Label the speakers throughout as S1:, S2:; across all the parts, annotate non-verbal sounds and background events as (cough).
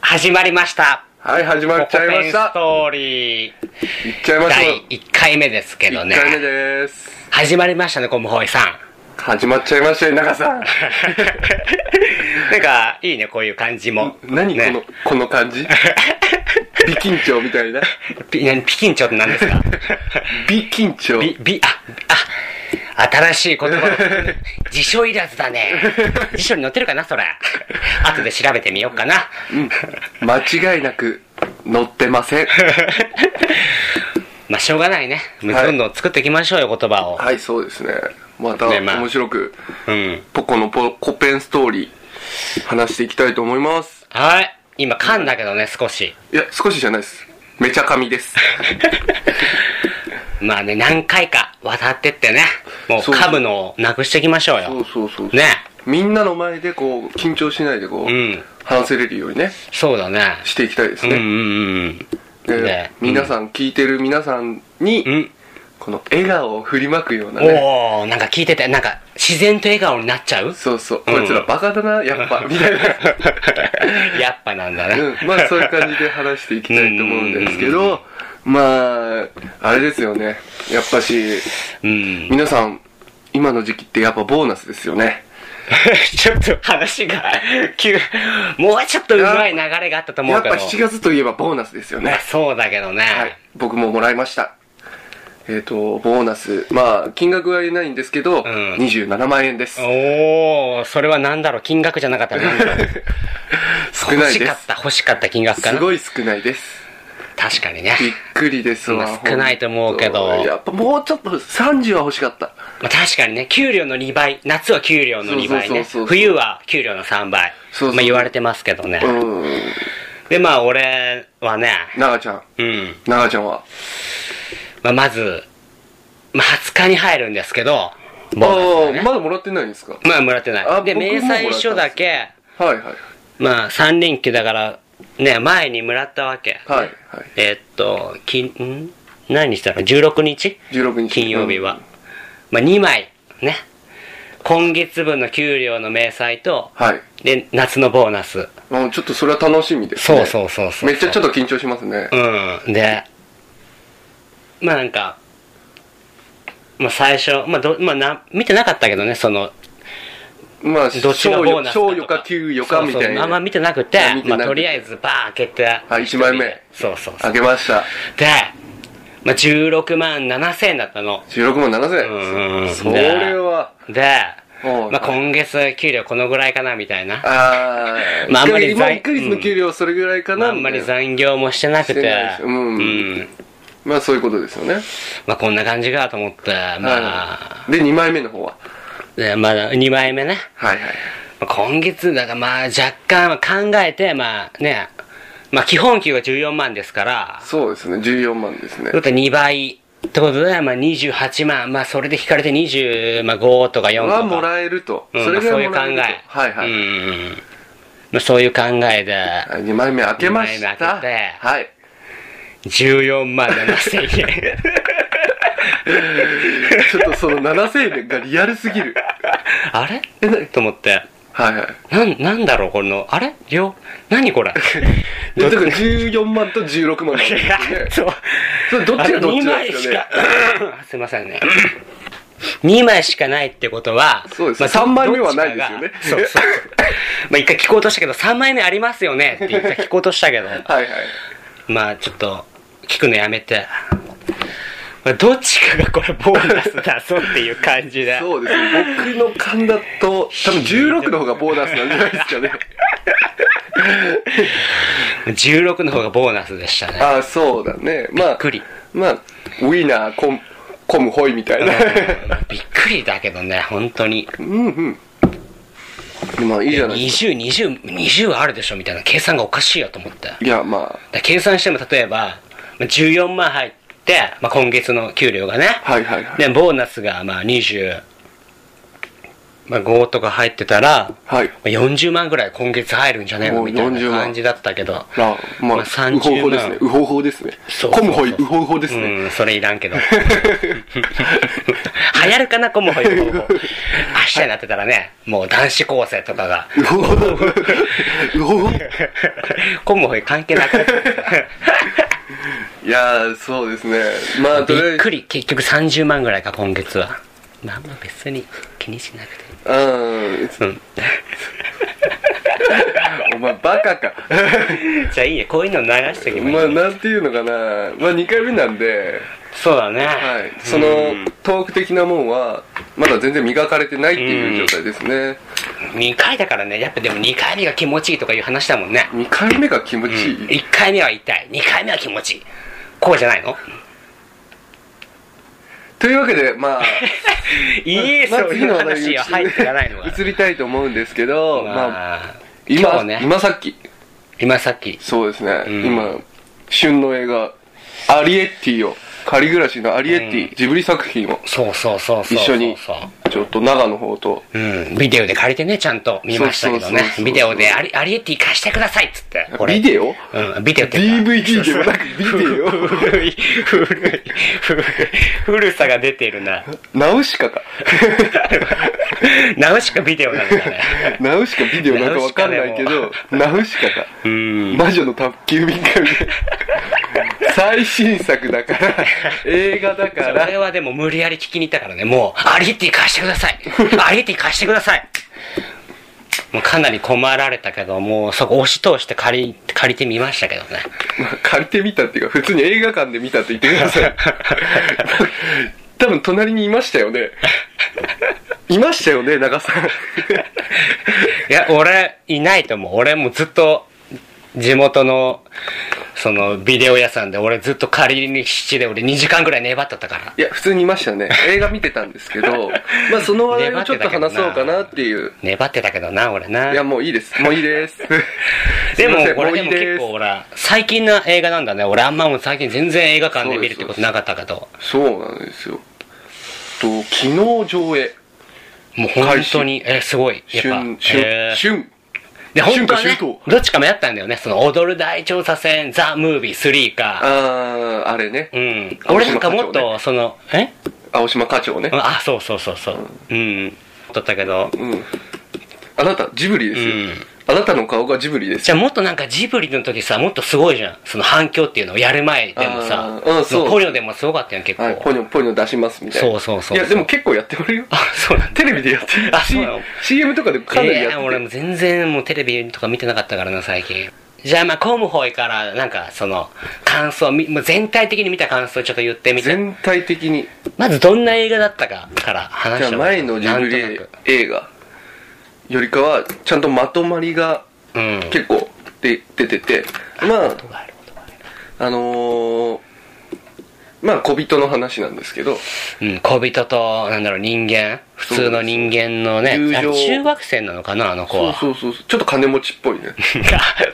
S1: 始まりました。
S2: はい、始まっちゃいま
S1: コ
S2: し
S1: コペンス
S2: た。
S1: トーリー。
S2: いっちゃいましょ
S1: 第
S2: う。
S1: 1回目ですけど
S2: 1
S1: ね。
S2: 回目です。
S1: 始まりましたね、コムホイさん。
S2: (laughs) 始まっちゃいましたよ、長さん。
S1: なんか、いいね、こういう感じも。
S2: 何、
S1: ね (laughs)
S2: この、この感じ美緊張みたいな。
S1: ピ何ピキンチョって何です
S2: (laughs)
S1: か
S2: 美緊張。
S1: ビ、ビ、あ、あ、新しい言葉。辞書いらずだね。辞書に載ってるかな、それ。後で調べてみようかな。
S2: 間違いなく乗って
S1: (laughs)
S2: ません。
S1: まあ、しょうがないね。
S2: はい
S1: どんどん作っていきましょうよ、言葉を。
S2: はい、そうですね。また
S1: ねまあ
S2: 面白く、
S1: うん。
S2: ポコのポコペンストーリー、話していきたいと思います。
S1: はい。今噛んだけどね、少し。
S2: いや、少しじゃないです。めちゃ
S1: (laughs)
S2: 紙です。
S1: まあね、何回か渡ってってね、もう
S2: そう
S1: 噛むのをなくしていきましょう
S2: そう
S1: よ。
S2: そうそう。
S1: ね。
S2: みんなの前でこう、緊張しないでこう、
S1: うん
S2: 話せれるようにね、
S1: そうだね。
S2: していきたいです
S1: うんう
S2: ね。
S1: んうんうん。
S2: で
S1: ね、
S2: 皆さん、聞いてる皆さんに、
S1: うん。
S2: この笑顔を振りまくようなね。
S1: おー、なんか聞いてて、なんか自然と笑顔になっちゃ
S2: (laughs)
S1: う
S2: そうそう。
S1: うん
S2: こいつらバカだな、や
S1: (laughs)
S2: っぱ、みたい
S1: やっぱなんだ
S2: な。
S1: ね。
S2: うん。まあ、そういう感じで話していきたいと思うんですけ
S1: う
S2: ど、まあ、あれですよね。やっぱし、
S1: (laughs) うん。
S2: 皆さん、今の時期ってやっぱボーナスですよね。
S1: ちょっと話が、急、もうちょっとうまい流れがあったと思
S2: や
S1: う
S2: っ
S1: け
S2: ぱ
S1: ど。
S2: 7月といえばボーナスですよね。
S1: そうだけどね。
S2: はい。僕ももらいました。えっ、と、ボーナス。まあ、金額は言えないんですけど、
S1: ん
S2: 27万円です。
S1: おー、それはなんだろう、金額じゃなかったね。
S2: 少
S1: 欲
S2: ない
S1: し
S2: で
S1: かっ
S2: す。
S1: た、欲しかった金額か
S2: す
S1: な。
S2: ごい少ないです。
S1: 確かにね。
S2: びっくりです
S1: まあ
S2: わ。
S1: 少ないと思うけど
S2: 本当やっぱもうちょっと、30は欲しかった。
S1: まあ、確かにね、給料の2倍、夏は給料の2倍ね
S2: そうそうそうそ、う
S1: 冬は給料の3倍、
S2: そうそう
S1: まあ、言われてますけどね。
S2: うん。
S1: で、まあ、俺はね、
S2: ながちゃん。
S1: うん、
S2: ながちゃんは。
S1: まあ、まず、まあ、20日に入るんですけど、ボーナス
S2: あ
S1: が
S2: あ、
S1: ね
S2: まだもらってないんですか
S1: まあ、もらってな
S2: あ
S1: い。で、
S2: 僕も
S1: 明細書だけ、
S2: はいはい。
S1: まあ、3連休だから、ね、前にもらったわけ。
S2: はいはい。
S1: えーっと、きん何したの ?16 日
S2: 16日。
S1: 金曜日
S2: う
S1: は
S2: ん。。
S1: まあ、2枚、ね。今月分の給料の明細と、
S2: はい。
S1: で、夏のボーナス。
S2: もうちょっとそれは楽しみです、ね。
S1: そうそうそうそう。
S2: めっちゃちょ
S1: っ
S2: っと緊張しますね。
S1: と。うん。で、まあなんか、まあ最初、まあど、まあな、見てなかったけどね、その、
S2: まあ、
S1: どっちがボーナスだと
S2: 賞与か給与かみた
S1: そうそう
S2: い
S1: あ。
S2: なん
S1: ま見てなくて
S2: いや見、て
S1: ま
S2: なくて
S1: あとりあえずバー開けて。
S2: い一枚目
S1: そうそうそ
S2: あ
S1: う。
S2: げました。
S1: で、まあ16万7千円だったの。
S2: 16万
S1: うんう
S2: 7000
S1: んうん
S2: 円。それは、
S1: で、
S2: おう
S1: まあ今月給料このぐらいかな、みたいな。
S2: あー
S1: まああんまり
S2: 一ヶ月
S1: 在
S2: 一ヶ月の給料はそれぐらいか
S1: まあ
S2: な。
S1: あんまり
S2: みたい
S1: 残業もしてなく
S2: して
S1: て
S2: ないし。うん
S1: うん。
S2: なまあそういうことですよね。
S1: まあこんな感じかと思って、まあ、
S2: はいで、2枚目の方は。
S1: で、まだ2枚目ね。
S2: はいはい。
S1: まあ今月、だからまあ若干まあ考えて、まあね、まあ基本給が14万ですから、
S2: そうですね、14万ですね
S1: だ。って2倍ってことで、まあ28万、まあそれで引かれて25とか4とか。
S2: はもらえると。
S1: うん
S2: それぐらいも
S1: まあそういう考
S2: らえると。
S1: え。
S2: はいは
S1: う
S2: い。
S1: んうんうん。まあそういう考えで、
S2: 2枚目開けまし
S1: 二枚目
S2: た。
S1: 開けて
S2: はい。
S1: 14万7千円。
S2: (laughs) ちょっとその7000円がリアルすぎる。
S1: あれ
S2: えな
S1: と思って。
S2: はいはい。
S1: なん、なんだろうこの、あれ両、何
S2: (laughs)
S1: これ。
S2: えだから14万と16万なんですよね
S1: (laughs) そう。
S2: それどっちがどっちなんですかね。
S1: あすいませんね。2枚しかないってことは、
S2: そうですね
S1: まあ
S2: 三枚目
S1: どっ
S2: は
S1: ちか
S2: ないです
S1: が
S2: よね
S1: そうそうそう。まあ一回聞こうとしたけど、3枚目ありますよねって一回聞こうとしたけど、
S2: はいはい。
S1: まあちょっと、聞くのやめて。まあどっちかがこれボーナスだぞっていう感じで。
S2: そうですね。僕の勘だと、多分16の方がボーナスなんじゃないです
S1: (laughs)
S2: かね。
S1: 16の方がボーナスでした
S2: (laughs)
S1: ね。
S2: ああ、そうだね。まあ、
S1: びっくり。
S2: まあ、ウィナーコム、コムホイみたいな。
S1: びっくりだけどね、本当に。
S2: うんうん。まあいいじゃないです
S1: 20、20、20あるでしょみたいな計算がおかしいよと思って。
S2: か。いや、ま
S1: だから計算しても例えば、まあ14万入って、まあ、今月の給料がね、
S2: あ、はいはいはい。
S1: で、ボーナスがまあ20、まあ、5とか入ってたら、
S2: はい。
S1: まあ40万ぐらい今月入るんじゃねえの
S2: おう
S1: みたいな
S2: 40万
S1: 感じだったけど、
S2: あ、まあ、
S1: まあ30
S2: ウホウホですね。ウホウホですね。
S1: そう
S2: コムホイ、ウホウホですね。
S1: うん、それいらんけど。 (laughs) 流行るかな、コモホイの方法。明日になってたらね、もう男子高生とかが、
S2: (laughs) ウホウホ。ウホウホ。
S1: コモホイ関係なくなっ
S2: いやー、そうですね。まあ、
S1: た。
S2: とりあ
S1: びっ
S2: えず、
S1: くり、結局30万ぐらいか、今月は。まあまあ別に気にしなくていい。
S2: うん。
S1: うん
S2: お前、バカ
S1: (laughs)
S2: か。
S1: じゃあいいや、こういうの流しておけばいい。
S2: まあ、なんていうのかな。まあ、2回目なんで、
S1: そうだね。
S2: はい。その
S1: うん、
S2: トーク的なもんは、まだ全然磨かれてないっていう状態ですね。
S1: 2回だからね、やっぱでも2回目が気持ちいいとかいう話だもんね。
S2: 2回目が気持ちいい。
S1: 1回目は痛い、2回目は気持ちいい。こうじゃないの
S2: というわけで、まあ、
S1: いい、
S2: まあ
S1: そういう話は入っていかないのが。
S2: 移りたいと思うんですけど、まあ、
S1: まあ、今
S2: 今、
S1: 日ね、
S2: 今さっき、
S1: 今さっき、
S2: そうですね、
S1: うん
S2: 今旬の映画アリエッティを仮暮らしのアリエッティ、
S1: う
S2: ジブリ作品を
S1: そうそうそうそう。
S2: 一緒に
S1: そうそう
S2: ちょっと長野方と
S1: うん、ビデオで借りてね、ちゃんと見ましたけど
S2: そうそうそう
S1: ね
S2: そうそ。う
S1: ビデオでアリ、アリエッティ貸してくださいっつって。俺
S2: ビデオ
S1: うん、ビデオっていうか
S2: DVD でもなくビデオ
S1: 古い、古い、古い、古さが出てるな。
S2: ナウシ
S1: (laughs)
S2: カか
S1: ナウシカビデオなんだね。
S2: ナウシカビデオなんかわかんないけどナウシカか
S1: うん。
S2: 魔女の宅急便かみたい
S1: (laughs)
S2: な最新作だから映画だか
S1: そ
S2: ら
S1: れはでも無理やり聞きに行ったからね、もう、アリエッティ貸してくださいアリエッティ貸してくださいもうかなり困られたけど、もうそこ押し通して借り、借りてみましたけどね。
S2: まあ借りてみたっていうか普通に映画館で見たって言ってください (laughs) 多分隣にいましたよねいましたよね長さん
S1: いや、俺、いないと思う。俺もずっと、地元の、その、ビデオ屋さんで、俺ずっと借りに必死で、俺2時間ぐらい粘っとったから。
S2: いや、普通にいましたね。映画見てたんですけど、まあその話題をちょっと話そうかなっていう。
S1: 粘ってたけどな、俺な。
S2: いや、もういいです。もういい (laughs) です。す
S1: で
S2: いま
S1: も
S2: せん、
S1: こ
S2: も
S1: れ
S2: う
S1: で
S2: いい
S1: も結
S2: で
S1: 構、ほら、最近の映画なんだね。俺あんまもう最近全然映画館で見るってことなかったけど。
S2: す。そうなんですよ。と、昨日上映。
S1: もう本当に、えー、すごい。やっぱ
S2: 旬、、
S1: え
S2: 旬、
S1: ー
S2: 旬。
S1: で、本当は
S2: 春夏
S1: ね
S2: 秋冬、
S1: どっちか迷ったんだよね。その、踊る大調査船、ザ・ムービー3か。
S2: あー、あれね
S1: う。ん。
S2: 青島
S1: 俺なんかもっ
S2: 課長
S1: と、その、え
S2: 青島課長ね。
S1: あ、そうそうそうそう。うん。だったけど、
S2: うん。あなた、ジブリですよ
S1: うん。
S2: あなたの顔がジブリです
S1: じゃあもっとなんかジブリの時さ、もっとすごいじゃん。その反響っていうのをやる前でもさ
S2: あ、ーうんそう
S1: ポニョでもすごかったやん、結構。
S2: はい、ポニョ、ポニョ出しますみたいな。
S1: そうそうそう
S2: や、でも結構やっておるよ。
S1: あ、そうなんだ。
S2: テレビでやってる
S1: あそうなの
S2: C- CM とかでかなりやって
S1: え
S2: る
S1: ー俺も全然もうテレビとか見てなかったからな最近じゃあまあコムホイからなんかその感想みもう全体的に見た感想ちょっと言ってみて
S2: 全体的に。
S1: まずどんな映画だったかから話
S2: じ
S1: し
S2: ゃあ
S1: て
S2: 前のジブリ
S1: う
S2: 映画よりかは、ちゃんとまとまりが
S1: ん
S2: 結構で出てて、ま
S1: 構あ
S2: あ、
S1: ることがある
S2: あのー、まあ、小人の話なんですけど、
S1: うん小人となんだろう人間普通の人間のね
S2: 友情
S1: あれ中学生なのかなあの子
S2: そう
S1: は
S2: そうそうそう、ちょっと金持ちっぽいね。
S1: (laughs)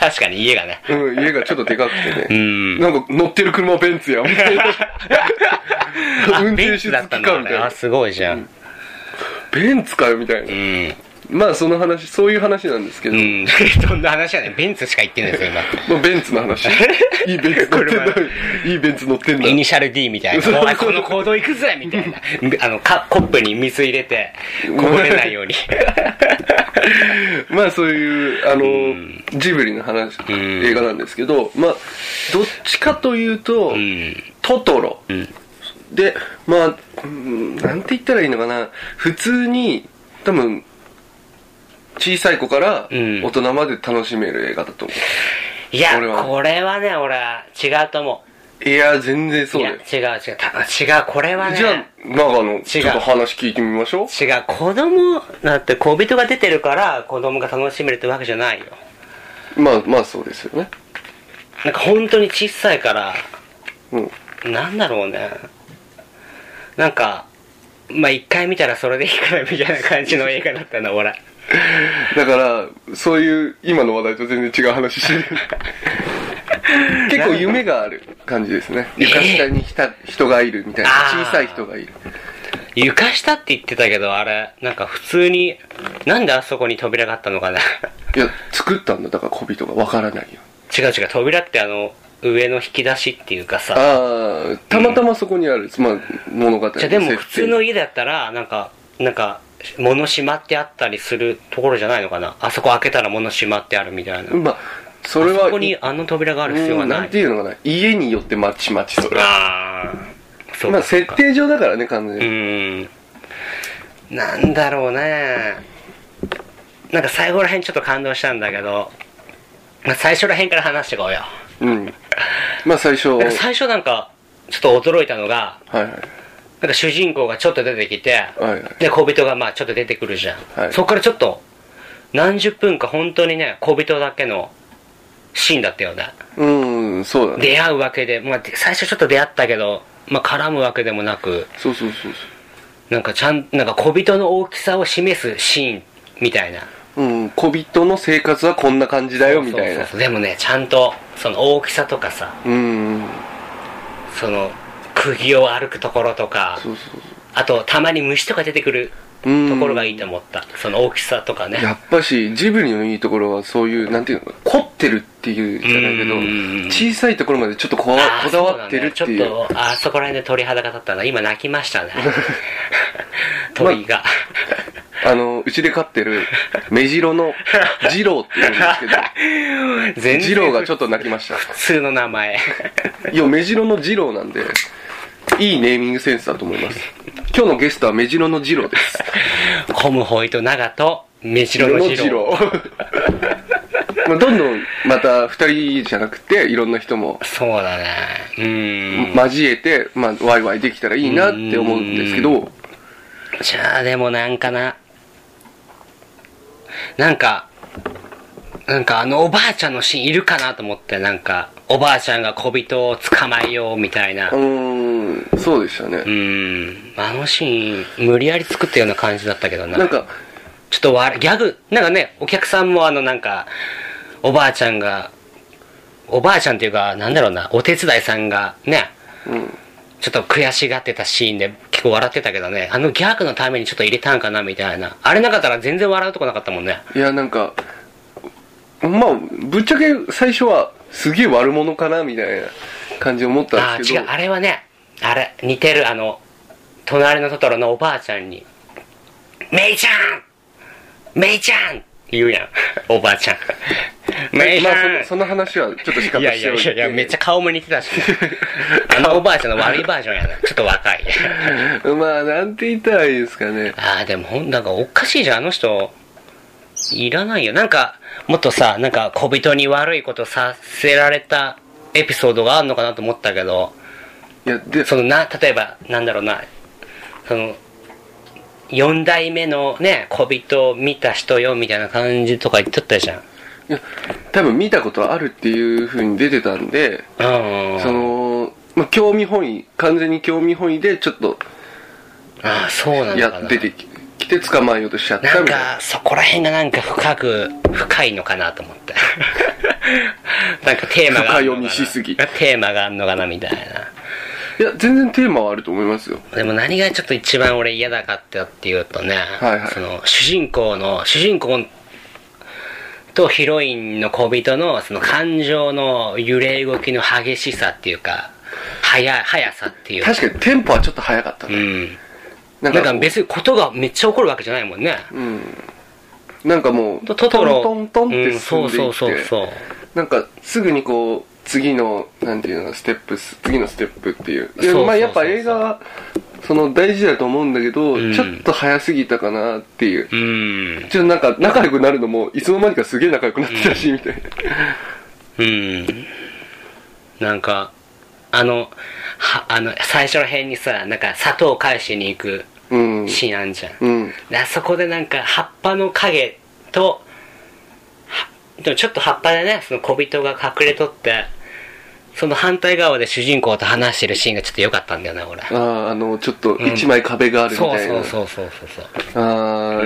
S1: 確かに家がね
S2: うん、家がちょっとでかくて
S1: う
S2: ね。
S1: ん
S2: なんか乗ってる車ベン (laughs) ツや、みたいな。
S1: あ
S2: 運転
S1: ベンツ
S2: 手付
S1: だっ
S2: き
S1: た
S2: か、
S1: ん
S2: み
S1: だあ
S2: たい
S1: れあ
S2: な。
S1: すごいじゃん
S2: ベンツかよ、みたいな
S1: う。ん
S2: まあ、その話、そういう話なんですけ
S1: う
S2: ど、
S1: ん (laughs) どんな話やねんベンツしか言ってないですよ今
S2: まあ、ベンツの (laughs) 話。いいベンツ乗ってんだ。いいベンツ乗ってんだ
S1: イ。ニシャル D みたい
S2: そう
S1: な。お前この行動行くぜみたいな。あの、カコップに水入れて、こぼれないように。
S2: まあそういうあのジブリの話
S1: ん
S2: 映画なんですけどまあどっちかというと
S1: うん。
S2: トトロ
S1: ん
S2: でまあうんなんて言ったらいいのかな普通に多分小さい子から
S1: うん
S2: 大人まで楽しめる映画だと思
S1: いや
S2: 俺は、
S1: これはね、俺は違うと思
S2: ういや全然
S1: う。
S2: そ
S1: いうや、
S2: だ
S1: 違
S2: よ
S1: う違う。た違う、これは
S2: じゃ
S1: ね。
S2: あ長野ちょっと話聞いてみましょう
S1: 違う、子供、だって小人が出てるから、子供が楽しめるってわけじゃないよ。
S2: まあまあそうですよね
S1: なんか本当に小さいから、
S2: うん
S1: なんだろうね。なんか、まあ、一回見たらそれでいいからみたいな感じの映画だったな、俺。
S2: だからそういう今の話題と全然違う話してる
S1: (laughs)
S2: 結構夢がある感じですね
S1: ええ
S2: 床下にひた人がいるみたいな
S1: あー
S2: 小さい人がいる
S1: 床下って言ってたけど、あれ、なんか普通に、なんであそこに扉があったのかな。 (laughs)
S2: いや作ったんだだから小人がわからないよ
S1: 違う違う、扉ってあの、上の引き出しっていうかさ、
S2: ああたまたまそこにある、まあ物語の
S1: じゃあでも普通の家だったら、なんか、なんか、物しまってあったりするところじゃないのかな。あそこ開けたら物しまってあるみたいな。
S2: まあそれ
S1: あ
S2: は
S1: そこにあの扉がある必要は
S2: うん
S1: な
S2: ないん。ていうのかな家によってまちまちそれは
S1: ああ、そう
S2: まあ
S1: かそう
S2: 設
S1: か。
S2: 定上だからね完全
S1: う
S2: に、
S1: ん。なんだろうね。なんか最後らへんちょっと感動したんだけど、まあ、最初らへんから話してこうよ。
S2: うん、まあ最初は
S1: なんか
S2: い
S1: 最初なんか、ちょっと驚いたのが、
S2: はい
S1: なんか主人公がちょっと出てきて、
S2: はい
S1: で、小人がまあちょっと出てくるじゃん。
S2: はい
S1: そこからちょっと、何十分か本当にね、小人だけのシーンだったよね。
S2: うんそうだね
S1: 出会うわけで、まあ最初ちょっと出会ったけど、まあ絡むわけでもなく、
S2: そうそうそう
S1: なんかちゃん、なんか小人の大きさを示すシーンみたいな。
S2: そううん小人の生活はこんな感じだよみたい
S1: そう
S2: な
S1: そうそうでもね、ちゃんと、その大きさとかさ、
S2: うん
S1: その、釘を歩くところとか、
S2: そうそう
S1: あと、たまに虫とか出てくる
S2: そううん
S1: ところがいいと思った。その大きさとかね。
S2: やっぱしジブリのいいところはそういうなんていうの凝ってるっていうじゃないけど
S1: うんうんうん
S2: 小さいところまでちょっとこわ
S1: あー
S2: こだわってるって
S1: そ
S2: い
S1: ううだねちょっとあそこら辺で鳥肌が立ったな今泣きました
S2: (laughs)
S1: ね鳥が、
S2: あのうちで飼ってる目白の二郎って言うんですけど
S1: 全
S2: 二郎がちょ
S1: っ
S2: っと泣きました
S1: と普通の名前
S2: いや、目白の二郎なんで、いいネーミングセンスだと思います。今日のゲストは目白の二郎です。
S1: コムホイと長と目白の
S2: 目
S1: 白
S2: 白の二郎まあどんどんまた二人じゃなくて、いろんな人も
S1: そうだねうん、
S2: 交えて、まあ、ワイワイできたらいいなって思うんですけど、
S1: じゃあでもなんかななんかなんかあのおばあちゃんのシーンいるかなと思ってなんかおばあちゃんが小人を捕まえようみたいな
S2: うーん、そうでした
S1: う
S2: ね。
S1: んあのシーン無理やり作ったような感じだったけどな
S2: なんか、
S1: ちょっとわギャグなんかねお客さんもあのなんかおばあちゃんがおばあちゃんっていうかなんだろうなお手伝いさんがね
S2: うん、
S1: ちょっと悔しがってたシーンで結構笑ってたけどねあのギャグのためにちょっと入れたんかなみたいなあれなかったら全然笑うとこなかったもんね
S2: いや、なんか、まあ、ぶっちゃけ最初は、すげえ悪者かな、みたいな感じ思った
S1: あ
S2: ん
S1: あ
S2: ですけ
S1: 違
S2: ど
S1: う、あれはねあれ似てるあの隣のトトロのおばあちゃんに「メイちゃんメイちゃん!」言うやんおばあちゃんメイち
S2: (laughs) ま
S1: ゃ
S2: あ
S1: ん、
S2: その、その話はちょっと仕方
S1: いやい
S2: して
S1: や
S2: お
S1: い
S2: いて。
S1: やいや、めっちゃ顔も似てたし、あのおばあちゃんの悪いバージョンやな。ちょっと若い。
S2: まあ、なんて言ったらいいですかね。
S1: ああ、でもほん、なんかおかしいじゃん、あの人。いらないよ。なんか、もっとさ、なんか小人に悪いことさせられたエピソードがあるのかなと思ったけど、
S2: いや、で、
S1: そのな、例えば、なんだろうな、その、4代目のね、小人を見た人よ、みたいな感じとか言っとったじゃん。
S2: いや多分見たことあるっていう風に出てたんで、
S1: うん。
S2: その、まあ、興味本位、完全に興味本位で、ちょっと、
S1: ああ、そうなのか
S2: や、
S1: な。
S2: 出てき来て捕まえようとしちゃった
S1: なん
S2: みたいな。
S1: かそこら辺がなんか深く深いのかなと思って (laughs) なんかテーマがあんのかな
S2: 深読みしすぎ
S1: テーマがあんのかなみたいない
S2: や、全然テーマはあると思いますよ。
S1: でも何がちょっと一番俺嫌だかったっていうとね、
S2: はいはい
S1: その主人公の主人公とヒロインの小人のその感情の揺れ動きの激しさっていうか速速さっていう
S2: 確かにテンポはちょっと早かった
S1: う
S2: ね。
S1: ん
S2: な
S1: なんか別にことがめっちゃ起こるわけじゃないもんね
S2: うん。なんかもう、
S1: トトロ
S2: トントントンって進んで
S1: う
S2: い
S1: んそうそうそう
S2: って、
S1: そう
S2: なんかすぐにこう、次の、なんていうの、ステップス、次のステップっていう。
S1: そ
S2: い
S1: うそうそう
S2: や、
S1: そう
S2: まあやっぱ映画は、その大事だと思うんだけど、
S1: うん
S2: ちょっと早すぎたかなっていう。
S1: うん
S2: ちょっとなんか仲良くなるのもいつの間にかすげえ仲良くなってたし、みたいな。
S1: うん。なんか、あの、は、あの、最初の辺にさ、なんか砂糖を返しに行く
S2: うん。
S1: シーンあんじゃん。
S2: うん。
S1: であそこでなんか葉っぱの影と、はでもちょっと葉っぱでね、その小人が隠れとって、その反対側で主人公と話してるシーンがちょっと良かったんだよね、俺。
S2: ああ、あの、ちょっと一枚壁があるみ
S1: そ
S2: た
S1: う
S2: いな。
S1: そうそうそうそうそう。
S2: ああ、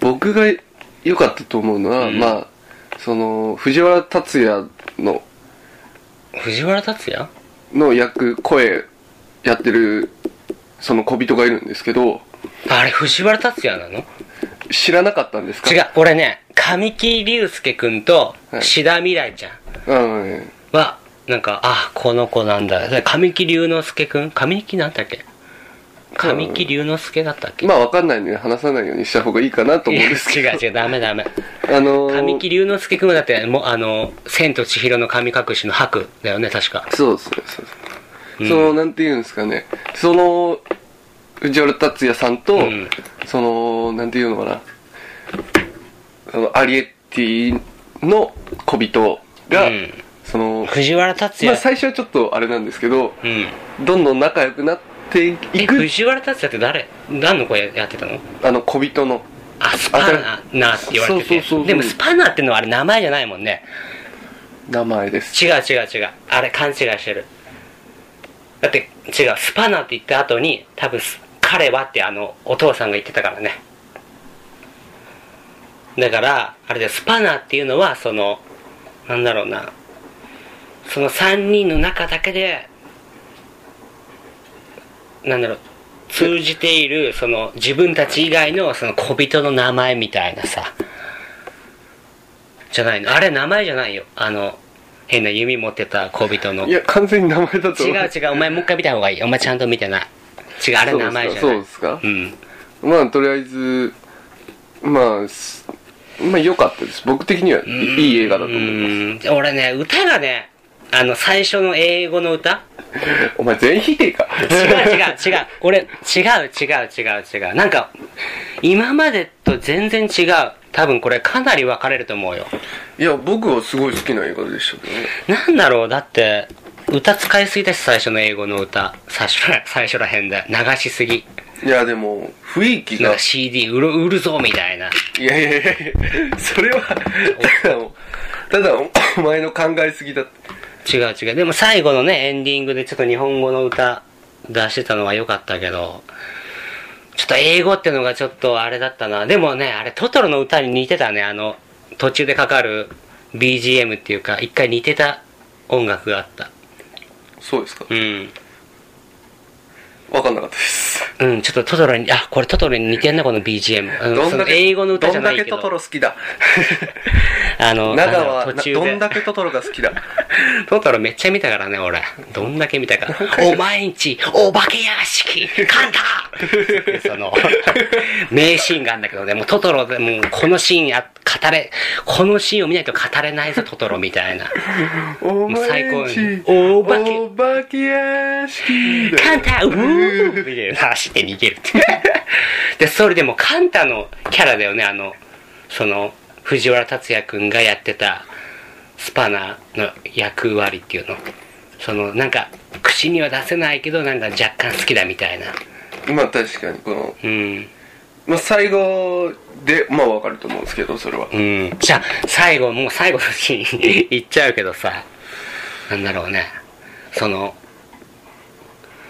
S2: 僕が良かったと思うのは、
S1: うん
S2: まあ、その、藤原竜也の、
S1: 藤原竜也
S2: の役、声、やってるその小人がいるんですけど、
S1: あれ、藤原達也なの
S2: 知らなかったんですか
S1: 違う、俺ね、神木隆介くんと、
S2: はい
S1: 志田未来ちゃん
S2: うん。
S1: は、なんか、あ、この子なんだ。で神木隆之介くん神木なんだっけ神木隆之介だったっけ、
S2: まあわかんないので話さないようにした方がいいかなと
S1: い
S2: 思うん
S1: や
S2: ですけど。
S1: (laughs) 違う違う、ダメダメ。
S2: あのー
S1: 神木隆之介くんはだって、もう、あの、千と千尋の神隠しの白だよね、確か。
S2: そうですね、そうですね。
S1: うん
S2: その、なんていうんですかね、その、藤原竜也さんと、
S1: うん
S2: その、なんていうのかな、その、アリエッティの小人が、
S1: うん
S2: その、
S1: 藤原達
S2: まあ
S1: 也。
S2: 最初はちょっとあれなんですけど、
S1: うん。
S2: どんどん仲良くなって
S1: え、
S2: いく、
S1: 藤原達也って誰何の声やってたの
S2: あの、小人の、
S1: あ、スパナなって言われてて。
S2: そうそうそうそう
S1: でもスパナってのはあれ名前じゃないもんね。
S2: 名前です。
S1: 違う違う違う。あれ勘違いしてる。だって違う、スパナって言った後に、多分す彼はってあの、お父さんが言ってたからね。だから、あれでスパナっていうのは、その、なんだろうな。その3人の中だけで、なんだろう、通じている、その自分たち以外のその小人の名前みたいなさ。じゃないの。あれ名前じゃないよ。あの、変な弓持ってた小人の。
S2: いや、完全に名前だと
S1: 違
S2: 思
S1: う違う、お前もう一回見た方がいい。お前ちゃんと見てない。違う、あれ名前じゃない。
S2: そうですかそうですか
S1: うん。
S2: まあ、とりあえず、まあ、すまあ良かったです。僕的にはいいいい映画だと思います。
S1: うん俺ね、歌がね、あの、最初の英語の歌
S2: (laughs) お前全否定か。
S1: 違う (laughs) 違う違う。俺、違う違う違う違う。なんか、今までと全然違う。多分これかなり分かれると思うよ。
S2: いや、僕はすごい好きな映画でしたけどね。
S1: なんだろう、だって、歌使いすぎだし、最初の英語の歌。最初ら、最初らへんで。流しすぎ。
S2: いや、でも、雰囲気
S1: なん
S2: が
S1: か、CD 売る売るぞ、みたいな。
S2: いやいやいやいや、それは、ただお、ただお、お前の考えすぎだって。
S1: 違う違うでも最後のねエンディングでちょっと日本語の歌出してたのは良かったけどちょっと英語ってのがちょっとあれだったなでもねあれトトロの歌に似てたねあの途中でかかる BGM っていうか一回似てた音楽があった
S2: そうですか。
S1: うん
S2: わかんなかったです。
S1: うんちょっとトトロにあこれトトロに似てんなこの BGM、うん、その英語の歌じゃないけど
S2: どんだけトトロ好
S1: (laughs)
S2: きだ。
S1: あのなんだ
S2: 長
S1: ろう
S2: は、
S1: 途
S2: な
S1: 中で
S2: どんだけトトロが
S1: (laughs)
S2: 好きだ。
S1: トトロめっちゃ見たからね、俺。どんだけ見たか。お前んち、お化け屋敷、カンタその、名シーンがあるんだけどね、もうトトロで、もうこのシーンや、語れ、このシーンを見ないと語れないぞ、トトロみたいな。
S2: お前ん
S1: 最
S2: ち、
S1: 高お化け
S2: お化け屋敷だ。
S1: カンタう (laughs) ーみたいな走って逃げる (laughs) って。で、それでもカンタのキャラだよね、あの、その、藤原竜也くんがやってたスパナの役割っていうの。その、なんか、口には出せないけど、なんか若干好きだみたいな。
S2: まあ確かに、この、
S1: うん。
S2: まあ最後で、まあわかると思うんですけど、それは。
S1: うん。じゃあ、 (laughs) 最後、もう最後のシーン言っちゃうけどさ、なんだろうね。その、